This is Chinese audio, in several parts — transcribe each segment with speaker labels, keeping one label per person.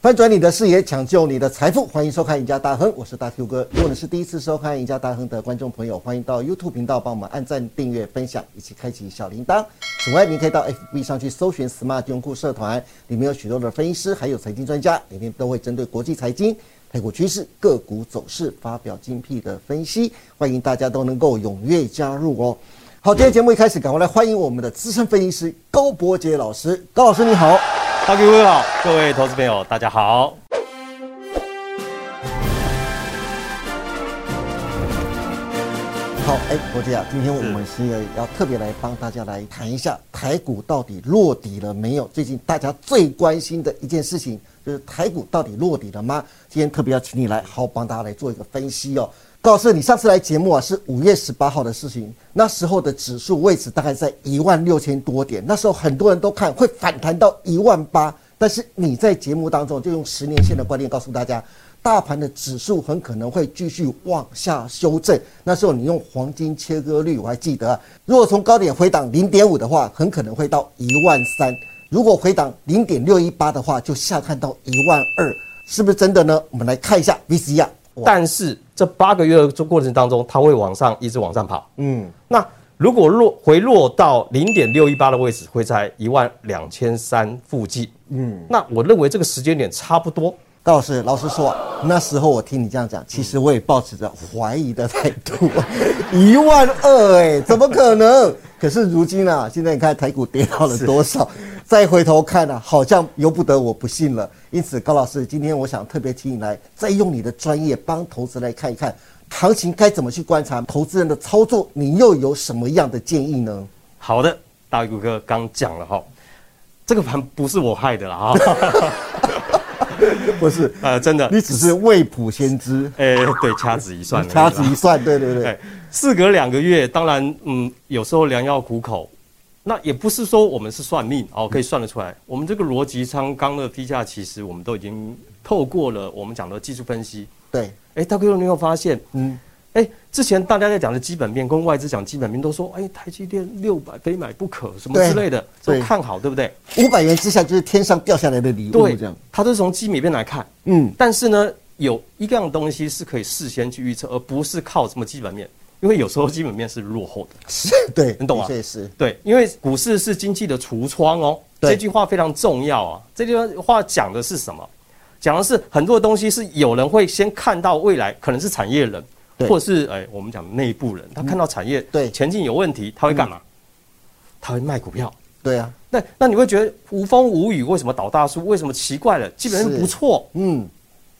Speaker 1: 翻转你的视野，抢救你的财富，欢迎收看《赢家大亨》，我是大 Q 哥。如果你是第一次收看《赢家大亨》的观众朋友，欢迎到 YouTube 频道帮我们按赞、订阅、分享，以及开启小铃铛。此外，您可以到 FB 上去搜寻 Smart 用户社团，里面有许多的分析师，还有财经专家，每天都会针对国际财经、台股趋势、个股走势发表精辟的分析，欢迎大家都能够踊跃加入哦。好，今天节目一开始，赶快来欢迎我们的资深分析师高博杰老师。高老师你好。
Speaker 2: 大 Q 哥好，各位投资朋友，大家好。
Speaker 1: 好，哎，国杰啊，今天我们是要特别来帮大家来谈一下台股到底落底了没有？最近大家最关心的一件事情就是台股到底落底了吗？今天特别要请你来好好帮大家来做一个分析哦。告诉你，上次来节目啊是五月十八号的事情，那时候的指数位置大概在一万六千多点，那时候很多人都看会反弹到一万八，但是你在节目当中就用十年线的观念告诉大家，大盘的指数很可能会继续往下修正。那时候你用黄金切割率，我还记得啊、如果从高点回档零点五的话，很可能会到一万三；如果回档零点六一八的话，就下看到一万二，是不是真的呢？我们来看一下 VC 啊，哇
Speaker 3: 但是这八个月的过程当中，它会往上一直往上跑。
Speaker 1: 嗯，
Speaker 3: 那如果落回落到零点六一八的位置，会在一万两千三附近。嗯，那我认为这个时间点差不多。
Speaker 1: 高老师，老实说，那时候我听你这样讲，其实我也抱持着怀疑的态度。 一万二，哎，怎么可能？可是如今啊，现在你看台股跌到了多少，再回头看啊，好像由不得我不信了。因此，高老师，今天我想特别请你来，再用你的专业帮投资人来看一看行情该怎么去观察，投资人的操作，你又有什么样的建议呢？
Speaker 2: 好的，大 Q 哥刚讲了哈，这个盘不是我害的啦哈，
Speaker 1: 不是，
Speaker 2: 呃，真的，
Speaker 1: 你只是未卜先知，
Speaker 2: 哎、对，掐指一 算而已啦，
Speaker 1: 掐指一算，对对对
Speaker 2: 对，哎事隔两个月，当然，嗯，有时候良药苦口，那也不是说我们是算命
Speaker 1: 嗯
Speaker 2: 哦，可以算得出来。我们这个逻辑仓刚的低价，其实我们都已经透过了我们讲的技术分析。
Speaker 1: 对，
Speaker 2: 哎，大哥，你有发现，
Speaker 1: 嗯。
Speaker 2: 哎，之前大家在讲的基本面，跟外资讲基本面，都说哎，台积电六百非买不可，什么
Speaker 1: 对
Speaker 2: 之类的，
Speaker 1: 对
Speaker 2: 都看好，对不对？
Speaker 1: 五百元之下就是天上掉下来的礼物，
Speaker 2: 对
Speaker 1: 这样。，
Speaker 2: 它都是从基本面来看。
Speaker 1: 嗯，
Speaker 2: 但是呢，有一样东西是可以事先去预测，而不是靠什么基本面，因为有时候基本面是落后的。
Speaker 1: 是，对，
Speaker 2: 你懂啊吗
Speaker 1: 这也是
Speaker 2: 对，因为股市是经济的橱窗哦，
Speaker 1: 对
Speaker 2: 这句话非常重要啊。这句话讲的是什么？讲的是很多东西是有人会先看到未来，可能是产业人，
Speaker 1: 对嗯
Speaker 2: 或者是哎我们讲内部人，他看到产业
Speaker 1: 对嗯
Speaker 2: 前景有问题，他会干嘛？他会卖股票。
Speaker 1: 对啊，
Speaker 2: 那那你会觉得无风无雨，为什么倒大树？为什么奇怪了？基本
Speaker 1: 是
Speaker 2: 面不错，
Speaker 1: 嗯，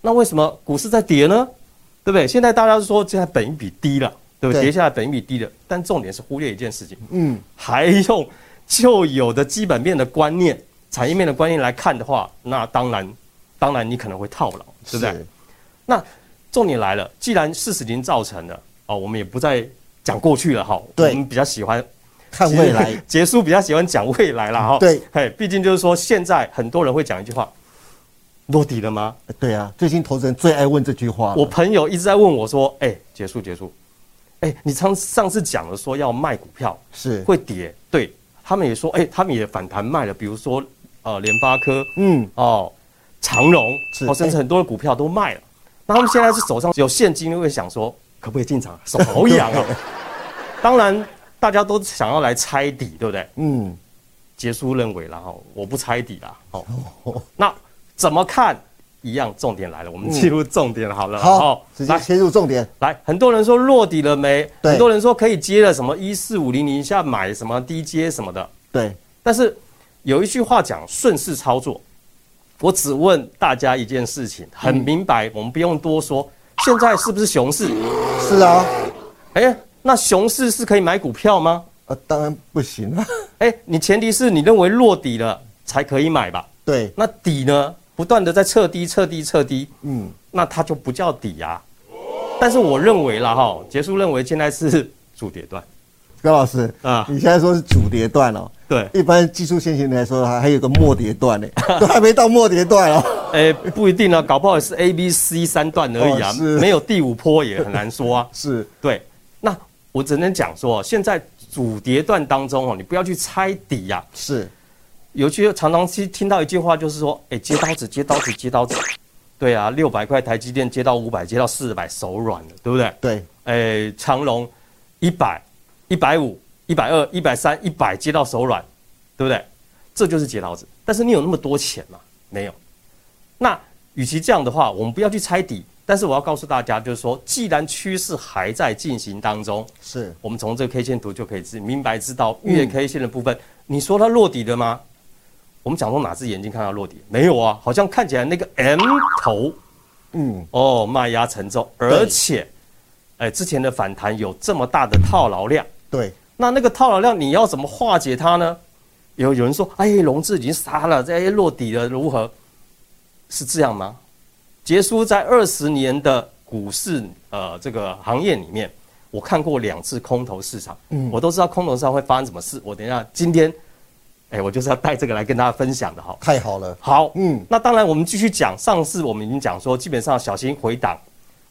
Speaker 2: 那为什么股市在跌呢？对不对？现在大家都说现在本一比低了，对不
Speaker 1: 对
Speaker 2: 对？跌下来本一比低了，但重点是忽略一件事情，
Speaker 1: 嗯，
Speaker 2: 还用旧有的基本面的观念、产业面的观念来看的话，那当然，当然你可能会套牢，对不对？
Speaker 1: 是？
Speaker 2: 那重点来了，既然事实已经造成了，哦，我们也不再讲过去了哈，
Speaker 1: 对
Speaker 2: 我们比较喜欢
Speaker 1: 看未来，
Speaker 2: 结束比较喜欢讲未来 啦哈。
Speaker 1: 对，
Speaker 2: 嘿，毕竟就是说，现在很多人会讲一句话：落底了吗？
Speaker 1: 对啊，最近投资人最爱问这句话了。
Speaker 2: 我朋友一直在问我说：“哎、结束结束，哎、你上上次讲了说要卖股票
Speaker 1: 是，
Speaker 2: 会跌，对他们也说，哎、他们也反弹卖了，比如说呃联发科
Speaker 1: 嗯，
Speaker 2: 哦、长荣
Speaker 1: 是
Speaker 2: 哦，甚至
Speaker 1: 哎
Speaker 2: 很多的股票都卖了。那他们现在是手上有现金，会想说可不可以进场？手好痒 哦。当然，大家都想要来猜底，对不对？
Speaker 1: 嗯，
Speaker 2: 杰叔认为啦，哈，哦我不猜底啦。哦，那怎么看？一样，重点来了，我们进入重点好
Speaker 1: 嗯
Speaker 2: 了。
Speaker 1: 好
Speaker 2: 哦，
Speaker 1: 直接
Speaker 2: 来
Speaker 1: 切入重点。
Speaker 2: 来，很多人说落底了没？
Speaker 1: 对
Speaker 2: 很多人说可以接了，什么一四五零零下买什么低接什么的。
Speaker 1: 对，
Speaker 2: 但是有一句话讲顺势操作，我只问大家一件事情，很明白，我们不用多说。现在是不是熊市？
Speaker 1: 是啊，
Speaker 2: 哎，那熊市是可以买股票吗？
Speaker 1: 呃，当然不行啊。
Speaker 2: 哎，你前提是你认为落底了才可以买吧？
Speaker 1: 对，
Speaker 2: 那底呢，不断的在测低、测低、测低，
Speaker 1: 嗯，
Speaker 2: 那它就不叫底啊。但是我认为啦哈，结束认为现在是主跌段，
Speaker 1: 高老师啊
Speaker 2: 啊，
Speaker 1: 你现在说是主跌段哦。
Speaker 2: 对，
Speaker 1: 一般技术先行来说，还还有个末跌段 呢，都还没到末跌段哦。
Speaker 2: 哎、不一定啊，搞不好也是 A、B、C 三段而已啊
Speaker 1: 哦，是。
Speaker 2: 没有第五波也很难说啊
Speaker 1: 是，
Speaker 2: 对，那我哦只能讲说，现在主跌段当中哦，你不要去猜底呀、
Speaker 1: 是，
Speaker 2: 有些常常听听到一句话，就是说，哎，接刀子，接刀子，接刀子。对啊，六百块台积电接到五百，接到四百，手软了，对不对？
Speaker 1: 对，
Speaker 2: 哎，长隆一百、一百五、一百二、一百三、一百接到手软，对不对？这就是接刀子。但是你有那么多钱吗？没有。那与其这样的话，我们不要去猜底，但是我要告诉大家，就是说，既然趋势还在进行当中，
Speaker 1: 是
Speaker 2: 我们从这个 K 线图就可以知明白知道月 K 线的部分，你说它落底了吗？我们讲说哪只眼睛看到落底？没有啊，好像看起来那个 M 头
Speaker 1: 嗯，
Speaker 2: 哦，卖压沉重，而且，哎，之前的反弹有这么大的套牢量，
Speaker 1: 对，
Speaker 2: 那那个套牢量你要怎么化解它呢？有有人说，哎，融资已经杀了，这落底了，如何？是这样吗？杰叔在二十年的股市呃这个行业里面，我看过两次空头市场，我都知道空头市场会发生什么事。我等一下今天，哎，我就是要带这个来跟大家分享的哈。
Speaker 1: 太好了，
Speaker 2: 好，
Speaker 1: 嗯
Speaker 2: 嗯，那当然，我们继续讲。上次我们已经讲说，基本上小心回档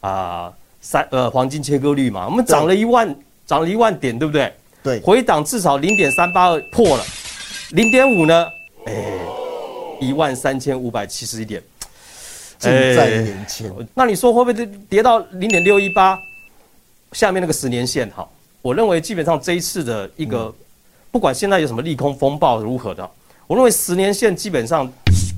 Speaker 2: 啊，三呃黄金切割率嘛，我们涨了一万，涨了一万点，对不对？
Speaker 1: 对，
Speaker 2: 回档至少零点三八二破了，零点五呢？哎，一万三千五百七十一点，
Speaker 1: 近
Speaker 2: 哎
Speaker 1: 在眼前，
Speaker 2: 那你说会不会跌到零点六一八？下面那个十年线哈，我认为基本上这一次的一个，不管现在有什么利空风暴如何的，我认为十年线基本上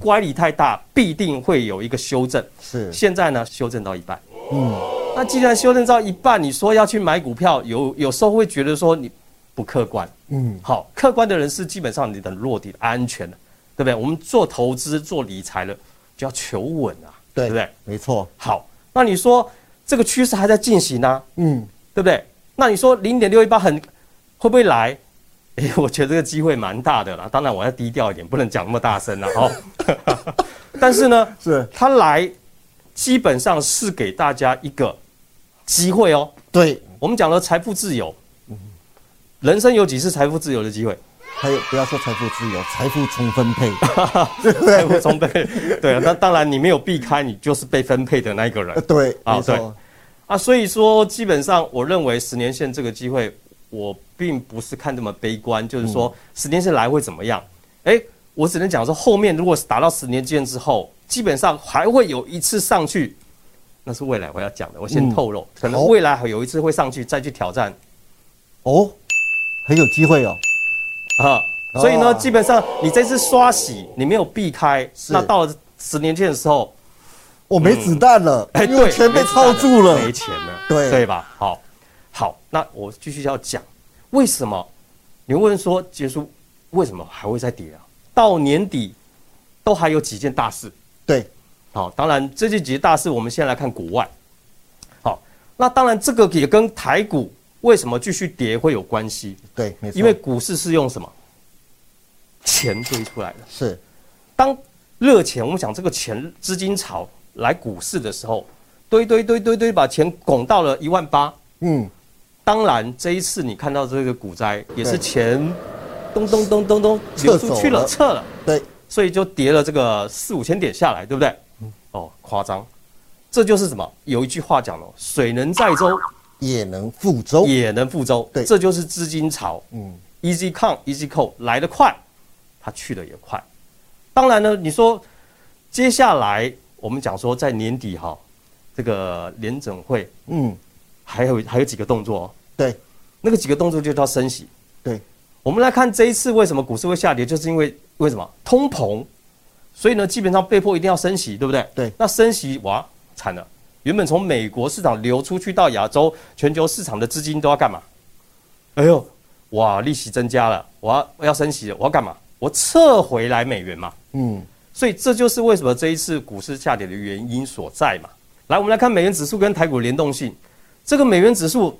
Speaker 2: 乖离太大，必定会有一个修正。
Speaker 1: 是
Speaker 2: 现在呢，修正到一半。嗯，那既然修正到一半，你说要去买股票，有有时候会觉得说你不客观。嗯，好，客观的人是基本上你的落地安全的，对不对？我们做投资、做理财了，就要求稳啊，
Speaker 1: 对
Speaker 2: 不对？
Speaker 1: 没错，
Speaker 2: 好，那你说这个趋势还在进行啊，
Speaker 1: 嗯，
Speaker 2: 对不对？那你说零点六一八很会不会来？ 诶，我觉得这个机会蛮大的啦。当然我要低调一点，不能讲那么大声了哦。 但是呢，
Speaker 1: 是
Speaker 2: 它来基本上是给大家一个机会哦。
Speaker 1: 对，
Speaker 2: 我们讲了财富自由，人生有几次财富自由的机会？
Speaker 1: 还有不要说财富自由，财富重分 配，
Speaker 2: 财富充沛，对啊。那当然你没有避开，你就是被分配的那一个 人
Speaker 1: 呃。对，
Speaker 2: 啊
Speaker 1: 没
Speaker 2: 对
Speaker 1: 错，
Speaker 2: 啊，所以说基本上我认为十年线这个机会，我并不是看这么悲观，就是说十年线来会怎么样？诶，我只能讲说后面如果是达到十年线之后，基本上还会有一次上去，那是未来我要讲的，我先透露，
Speaker 1: 好
Speaker 2: 可能未来还有一次会上去再去挑战
Speaker 1: 哦，很有机会哦，
Speaker 2: 啊。所以呢，
Speaker 1: 哦
Speaker 2: 基本上你这次刷洗你没有避开，
Speaker 1: 是
Speaker 2: 那到了十年线的时候，
Speaker 1: 我没子弹了，
Speaker 2: 哎，
Speaker 1: 因为我
Speaker 2: 对
Speaker 1: 钱被套住了，
Speaker 2: 没钱了，
Speaker 1: 对
Speaker 2: 对吧？好，好，那我继续要讲，为什么你会问说结束为什么还会再跌啊？到年底都还有几件大事，
Speaker 1: 对，
Speaker 2: 好，当然这些几件大事，我们先来看国外。好，那当然这个也跟台股为什么继续跌会有关系，
Speaker 1: 对，没错，
Speaker 2: 因为股市是用什么钱堆出来的。
Speaker 1: 是
Speaker 2: 当热钱，我们讲这个钱资金潮来股市的时候，堆堆堆堆堆把钱拱到了一万八。
Speaker 1: 嗯，
Speaker 2: 当然，这一次你看到这个股灾也是钱咚咚咚咚咚流出去了，
Speaker 1: 撤
Speaker 2: 撤了，
Speaker 1: 对，
Speaker 2: 所以就跌了这个四五千点下来，对不对？哦，夸张。这就是什么？有一句话讲了，水能载舟，
Speaker 1: 也能覆舟，
Speaker 2: 也能覆舟。
Speaker 1: 对
Speaker 2: 这就是资金潮。
Speaker 1: 嗯，
Speaker 2: easy come easy go 来得快，它去得也快。当然呢，你说接下来我们讲说在年底哈，这个联整会
Speaker 1: 嗯，
Speaker 2: 还有还有几个动作、哦，
Speaker 1: 对，
Speaker 2: 那个几个动作就叫升息。
Speaker 1: 对，
Speaker 2: 我们来看这一次为什么股市会下跌，就是因为为什么通膨，所以呢基本上被迫一定要升息，对不对？
Speaker 1: 对
Speaker 2: 那升息哇惨了，原本从美国市场流出去到亚洲全球市场的资金都要干嘛？哎呦，哇利息增加了，我要我要升息了，我要干嘛？我撤回来美元嘛。
Speaker 1: 嗯，
Speaker 2: 所以这就是为什么这一次股市下跌的原因所在嘛。来，我们来看美元指数跟台股联动性。这个美元指数，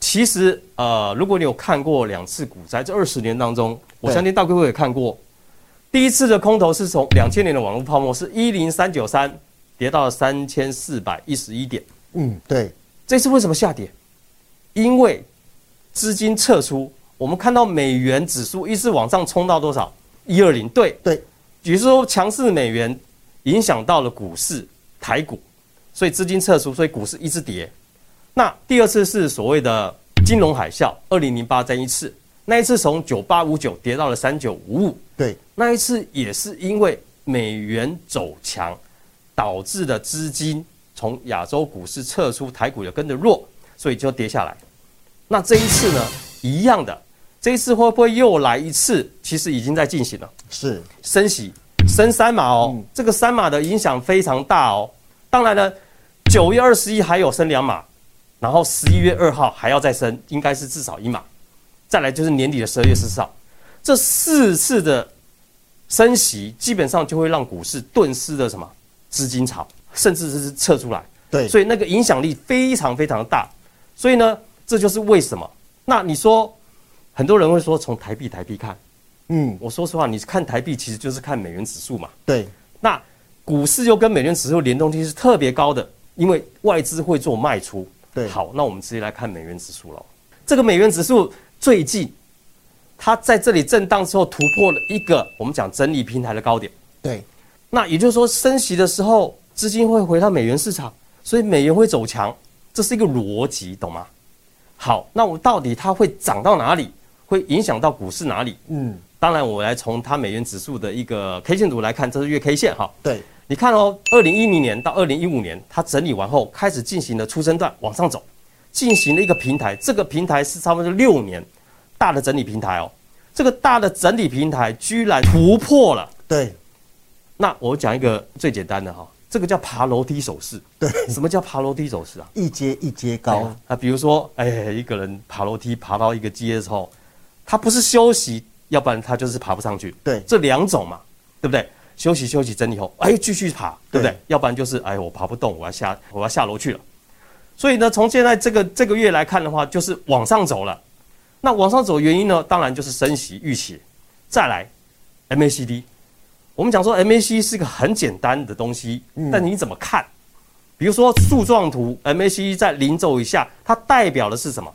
Speaker 2: 其实呃，如果你有看过两次股灾，这二十年当中，我
Speaker 1: 对
Speaker 2: 相信大哥哥也看过。第一次的空头是从两千年的网络泡沫，是一零三九三，跌到了三千四百一十一点。
Speaker 1: 嗯，对，
Speaker 2: 这次为什么下跌？因为资金撤出，我们看到美元指数一直往上冲到多少？一二零，对，
Speaker 1: 对，
Speaker 2: 也就是说强势美元影响到了股市、台股，所以资金撤出，所以股市一直跌。那第二次是所谓的金融海啸，二零零八这一次，那一次从九八五九跌到了三九五五，
Speaker 1: 对，
Speaker 2: 那一次也是因为美元走强，导致的资金从亚洲股市撤出，台股也跟着弱，所以就跌下来。那这一次呢，一样的，这一次会不会又来一次？其实已经在进行了
Speaker 1: 是
Speaker 2: 升息，升三码哦，这个三码的影响非常大哦。当然呢，九月二十一还有升两码，然后十一月二号还要再升，应该是至少一码。再来就是年底的十二月十四号，这四次的升息基本上就会让股市顿失的什么资金潮，甚至是撤出来。
Speaker 1: 对，
Speaker 2: 所以那个影响力非常非常大。所以呢，这就是为什么。那你说，很多人会说从台币台币看，
Speaker 1: 嗯，
Speaker 2: 我说实话，你看台币其实就是看美元指数嘛。
Speaker 1: 对，
Speaker 2: 那股市又跟美元指数联动性是特别高的，因为外资会做卖出。
Speaker 1: 对
Speaker 2: 好，那我们直接来看美元指数了。这个美元指数最近它在这里震荡之后突破了一个我们讲整理平台的高点，
Speaker 1: 对，
Speaker 2: 那也就是说升息的时候资金会回到美元市场，所以美元会走强，这是一个逻辑，懂吗？好，那我到底它会涨到哪里？会影响到股市哪里？
Speaker 1: 嗯，
Speaker 2: 当然，我来从它美元指数的一个 K 线图来看，这是月 K 线哈。
Speaker 1: 对，
Speaker 2: 你看哦，二零一零年到二零一五年，它整理完后开始进行了出生段往上走，进行了一个平台，这个平台是差不多六年大的整理平台哦。这个大的整理平台居然突破了，
Speaker 1: 对，
Speaker 2: 那我讲一个最简单的哈、这个叫爬楼梯手势。
Speaker 1: 对，
Speaker 2: 什么叫爬楼梯手势啊？
Speaker 1: 一阶一阶高，
Speaker 2: 啊，比如说，哎，一个人爬楼梯爬到一个阶的时候，他不是休息，要不然他就是爬不上去。
Speaker 1: 对
Speaker 2: 这两种嘛，对不对？休息休息整理后，哎，继续爬，对不对？
Speaker 1: 对
Speaker 2: 要不然就是哎，我爬不动，我要下我要下楼去了。所以呢，从现在这个这个月来看的话，就是往上走了。那往上走原因呢，当然就是升息预期，再来 MACD。我们讲说 MAC 是个很简单的东西，但你怎么看？比如说树状图 MAC 在零轴以下，它代表的是什么？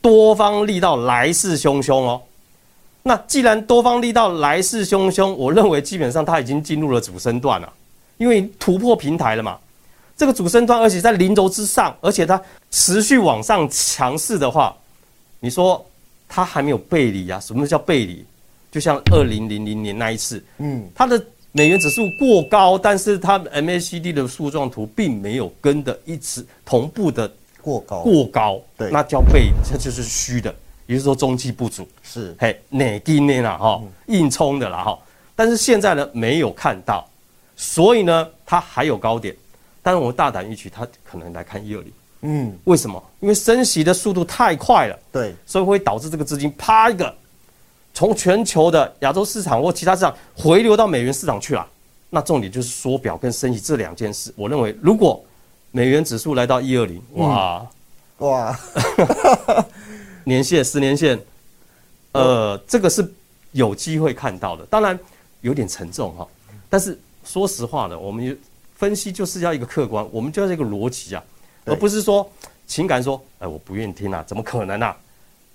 Speaker 2: 多方力道来势汹汹哦。那既然多方力道来势汹汹，我认为基本上它已经进入了主升段了，因为突破平台了嘛。这个主升段，而且在零轴之上，而且它持续往上强势的话，你说它还没有背离啊？什么叫背离？就像二零零零年那一次，
Speaker 1: 嗯，
Speaker 2: 它的美元指数过高，但是它 MACD 的树状图并没有跟的一直同步的
Speaker 1: 过高，
Speaker 2: 过高，
Speaker 1: 对
Speaker 2: 那叫背，这就是虚的，也就是说中气不足，
Speaker 1: 是，
Speaker 2: 嘿，哪金呢啦哈，硬冲的啦哈。但是现在呢，没有看到，所以呢，它还有高点，但是我大胆预期，它可能来看一二零，
Speaker 1: 嗯，
Speaker 2: 为什么？因为升息的速度太快了。
Speaker 1: 对，
Speaker 2: 所以会导致这个资金啪一个从全球的亚洲市场或其他市场回流到美元市场去了。那重点就是缩表跟升息这两件事。我认为，如果美元指数来到一二零，哇，
Speaker 1: 哇，
Speaker 2: 年线、十年线，呃，这个是有机会看到的。当然有点沉重哈、但是说实话呢，我们分析就是要一个客观，我们就要一个逻辑啊，
Speaker 1: 对
Speaker 2: 而不是说情感说，哎，我不愿意听啊，怎么可能啊？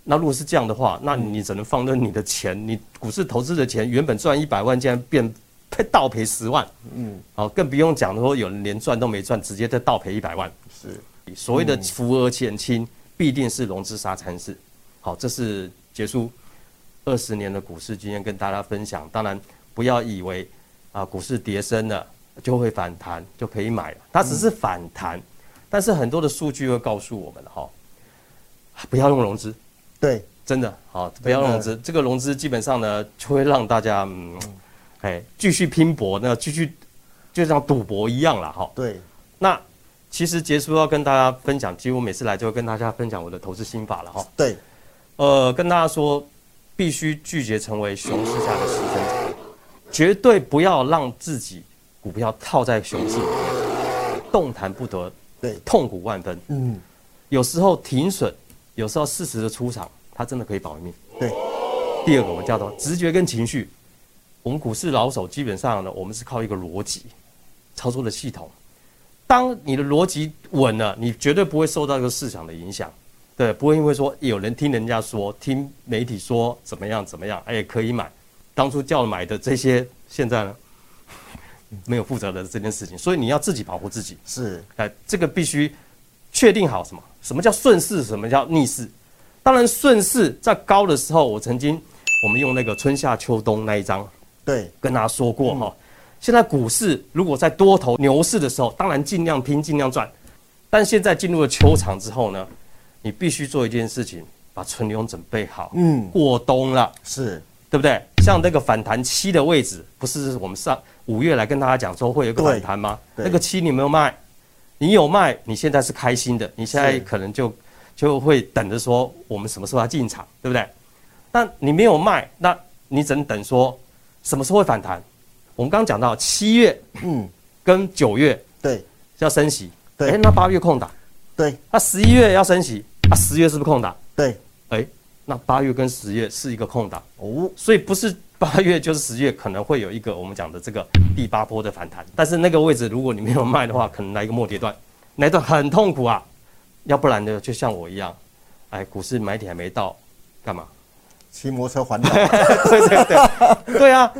Speaker 2: 那如果是这样的话，那你只能放任你的钱，你股市投资的钱原本赚一百万，竟然变赔倒赔十万，嗯，好，更不用讲说有人连赚都没赚，直接再倒赔一百万，
Speaker 1: 是，
Speaker 2: 所谓的扶额前倾，必定是融资杀参事。好，这是结束二十年的股市经验跟大家分享。当然，不要以为啊股市跌升了就会反弹就可以买了，它只是反弹，但是很多的数据会告诉我们哈、不要用融资，
Speaker 1: 对，
Speaker 2: 真的好，不要融资。这个融资基本上呢，就会让大家嗯，哎，继续拼搏，那继续就像赌博一样了哈。
Speaker 1: 对，
Speaker 2: 那其实结束要跟大家分享，几乎每次来就会跟大家分享我的投资心法了哈。
Speaker 1: 对，
Speaker 2: 呃，跟大家说，必须拒绝成为熊市下的牺牲者，绝对不要让自己股票套在熊市里面，动弹不得，
Speaker 1: 对，
Speaker 2: 痛苦万分。
Speaker 1: 嗯，
Speaker 2: 有时候停损，有时候适时的出场，它真的可以保命。
Speaker 1: 对，
Speaker 2: 第二个我们叫做直觉跟情绪。我们股市老手基本上呢，我们是靠一个逻辑操作的系统。当你的逻辑稳了，你绝对不会受到这个市场的影响，对，不会因为说有人听人家说、听媒体说怎么样怎么样，哎，可以买，当初叫买的这些，现在呢没有负责的这件事情，所以你要自己保护自己。
Speaker 1: 是，
Speaker 2: 哎，这个必须确定好什么？什么叫顺势？什么叫逆势？当然，顺势在高的时候，我曾经我们用那个春夏秋冬那一章
Speaker 1: 对，
Speaker 2: 跟大家说过哈、现在股市如果在多头牛市的时候，当然尽量拼尽量赚，但现在进入了秋场之后呢，你必须做一件事情，把存粮准备好，
Speaker 1: 嗯
Speaker 2: 过冬了。
Speaker 1: 是，
Speaker 2: 对不对？像那个反弹期的位置，不是我们上五月来跟大家讲说会有一个
Speaker 1: 对
Speaker 2: 反弹吗？
Speaker 1: 对
Speaker 2: 那个期你有没有卖？你有卖，你现在是开心的，你现在
Speaker 1: 是
Speaker 2: 可能就就会等着说我们什么时候要进场，对不对？那你没有卖，那你只能等说什么时候会反弹？我们刚刚讲到七月
Speaker 1: 嗯，
Speaker 2: 跟九月
Speaker 1: 对
Speaker 2: 要升息，
Speaker 1: 嗯对
Speaker 2: 诶那八月空档，
Speaker 1: 对
Speaker 2: 那十一月要升息，啊，十月是不是空档？
Speaker 1: 对，
Speaker 2: 哎，那八月跟十月是一个空档。
Speaker 1: 哦，
Speaker 2: 所以不是八月就是十月，可能会有一个我们讲的这个第八波的反弹。但是那个位置，如果你没有卖的话，可能来一个末跌段，那一段很痛苦啊。要不然呢，就像我一样，哎，股市买点还没到，干嘛？
Speaker 1: 骑摩托车环岛，
Speaker 2: 对对对，对啊，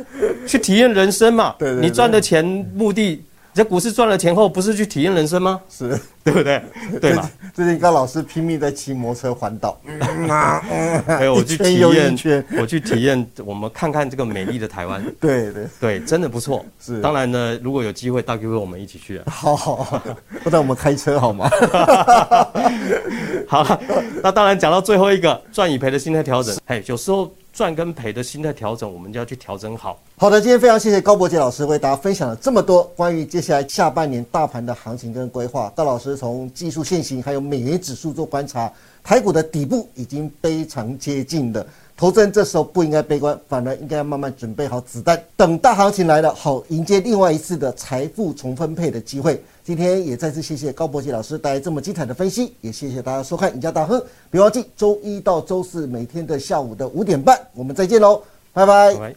Speaker 2: 去体验人生嘛。
Speaker 1: 对对对
Speaker 2: 你赚的钱目的，你在股市赚了钱后，不是去体验人生吗？
Speaker 1: 是，
Speaker 2: 对不对？对 嘛？
Speaker 1: 最近高老师拼命在骑摩托车环岛，嗯 啊，嗯
Speaker 2: 哎，我去
Speaker 1: 一圈
Speaker 2: 体
Speaker 1: 又一
Speaker 2: 验
Speaker 1: 圈，
Speaker 2: 我去体验，我们看看这个美丽的台湾。
Speaker 1: 对对，
Speaker 2: 对，真的不错。
Speaker 1: 是
Speaker 2: 当然呢，如果有机会，大哥哥我们一起去啊。
Speaker 1: 好好，好不然我们开车好吗？
Speaker 2: 好了，那当然讲到最后一个赚与赔的心态调整，嘿，有时候赚跟赔的心态调整，我们就要去调整好。
Speaker 1: 好的，今天非常谢谢高博杰老师为大家分享了这么多关于接下来下半年大盘的行情跟规划。高老师从技术现行还有美元指数做观察，台股的底部已经非常接近了。投资人这时候不应该悲观，反而应该慢慢准备好子弹，等大行情来了，好迎接另外一次的财富重分配的机会。今天也再次谢谢高博杰老师带来这么精彩的分析，也谢谢大家收看《赢家大亨》，别忘记周一到周四每天的下午的五点半，我们再见喽，拜拜
Speaker 2: 拜拜。